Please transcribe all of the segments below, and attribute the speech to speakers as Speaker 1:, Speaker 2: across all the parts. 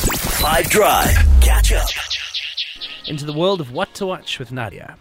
Speaker 1: Five Drive. Catch up.
Speaker 2: Into the world of what to watch with Nadia.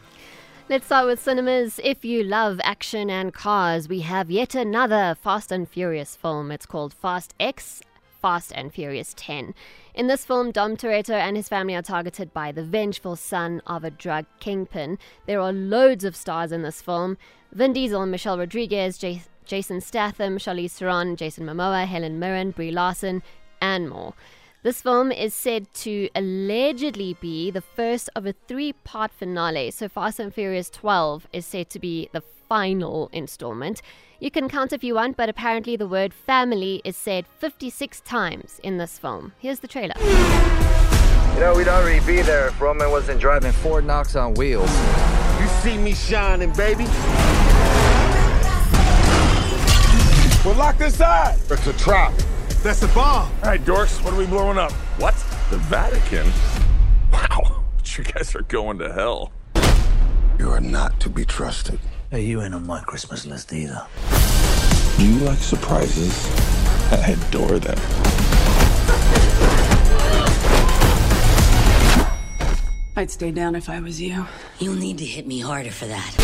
Speaker 3: Let's start with cinemas. If you love action and cars, we have yet another Fast and Furious film. It's called Fast X. Fast and Furious 10. In this film, Dom Toretto and his family are targeted by the vengeful son of a drug kingpin. There are loads of stars in this film Vin Diesel, Michelle Rodriguez, Jas- Jason Statham, Charlize Theron, Jason Momoa, Helen Mirren, Brie Larson, and more. This film is said to allegedly be the first of a three part finale, so Fast and Furious 12 is said to be the final installment. You can count if you want, but apparently the word family is said 56 times in this film. Here's the trailer.
Speaker 4: You know, we'd already be there if Roman wasn't driving Ford Knox on wheels.
Speaker 5: You see me shining, baby.
Speaker 6: We're locked inside.
Speaker 5: It's a trap.
Speaker 6: That's a bomb.
Speaker 7: All right, dorks, what are we blowing up?
Speaker 8: What? The Vatican? Wow, you guys are going to hell.
Speaker 9: You are not to be trusted.
Speaker 10: Hey, you ain't on my Christmas list either.
Speaker 9: You like surprises? I adore them.
Speaker 11: I'd stay down if I was you.
Speaker 12: You'll need to hit me harder for that.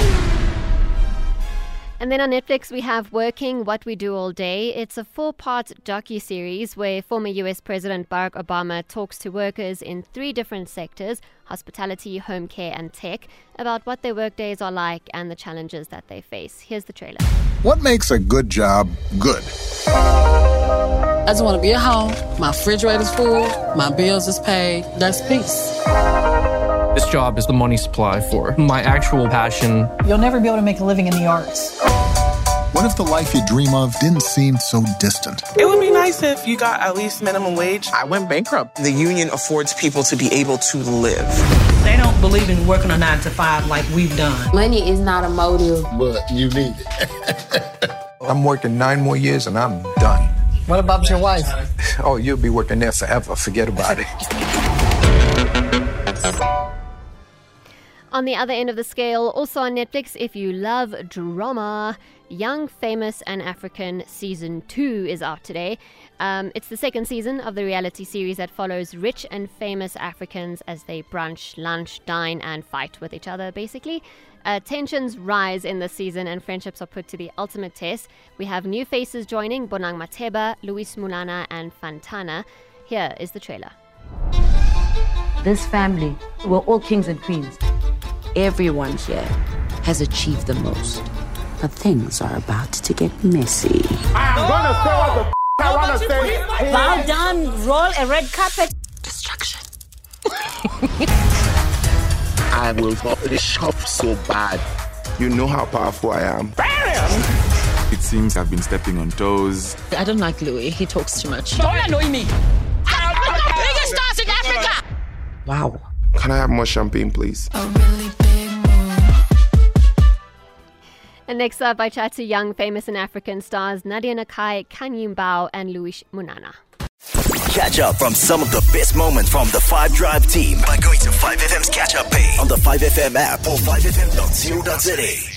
Speaker 3: And then on Netflix, we have Working What We Do All Day. It's a four part docu series where former US President Barack Obama talks to workers in three different sectors hospitality, home care, and tech about what their workdays are like and the challenges that they face. Here's the trailer.
Speaker 13: What makes a good job good?
Speaker 14: I just want to be at home. My refrigerator's full. My bills is paid. That's peace.
Speaker 15: This job is the money supply for my actual passion.
Speaker 16: You'll never be able to make a living in the arts.
Speaker 13: What if the life you dream of didn't seem so distant?
Speaker 17: It would be nice if you got at least minimum wage.
Speaker 18: I went bankrupt. The union affords people to be able to live.
Speaker 19: They don't believe in working a nine to five like we've done.
Speaker 20: Money is not a motive,
Speaker 14: but you need it.
Speaker 9: I'm working nine more years and I'm done.
Speaker 16: What about your wife?
Speaker 9: Oh, you'll be working there forever. Forget about it.
Speaker 3: On the other end of the scale, also on Netflix, if you love drama, Young, Famous, and African Season 2 is out today. Um, it's the second season of the reality series that follows rich and famous Africans as they brunch, lunch, dine, and fight with each other, basically. Uh, tensions rise in this season and friendships are put to the ultimate test. We have new faces joining Bonang Mateba, Luis Mulana, and Fantana. Here is the trailer.
Speaker 2: This family, we're all kings and queens
Speaker 12: everyone here has achieved the most. But things are about to get messy.
Speaker 21: I'm oh! gonna say what the f- I wanna say.
Speaker 22: Bow down, roll a red carpet.
Speaker 12: Destruction.
Speaker 23: I will pop the shop so bad.
Speaker 24: You know how powerful I am.
Speaker 25: Bam! It seems I've been stepping on toes.
Speaker 26: I don't like Louis. He talks too much.
Speaker 27: Don't annoy me. I'm one of the biggest stars in Africa.
Speaker 24: Wow. Can I have more champagne, please?
Speaker 3: Really and next up, I chat to young, famous, and African stars Nadia Nakai, Kanyim Bao, and Luis Munana.
Speaker 1: Catch up from some of the best moments from the 5 Drive team by going to 5FM's catch up page on the 5FM app or 5FM.co.za.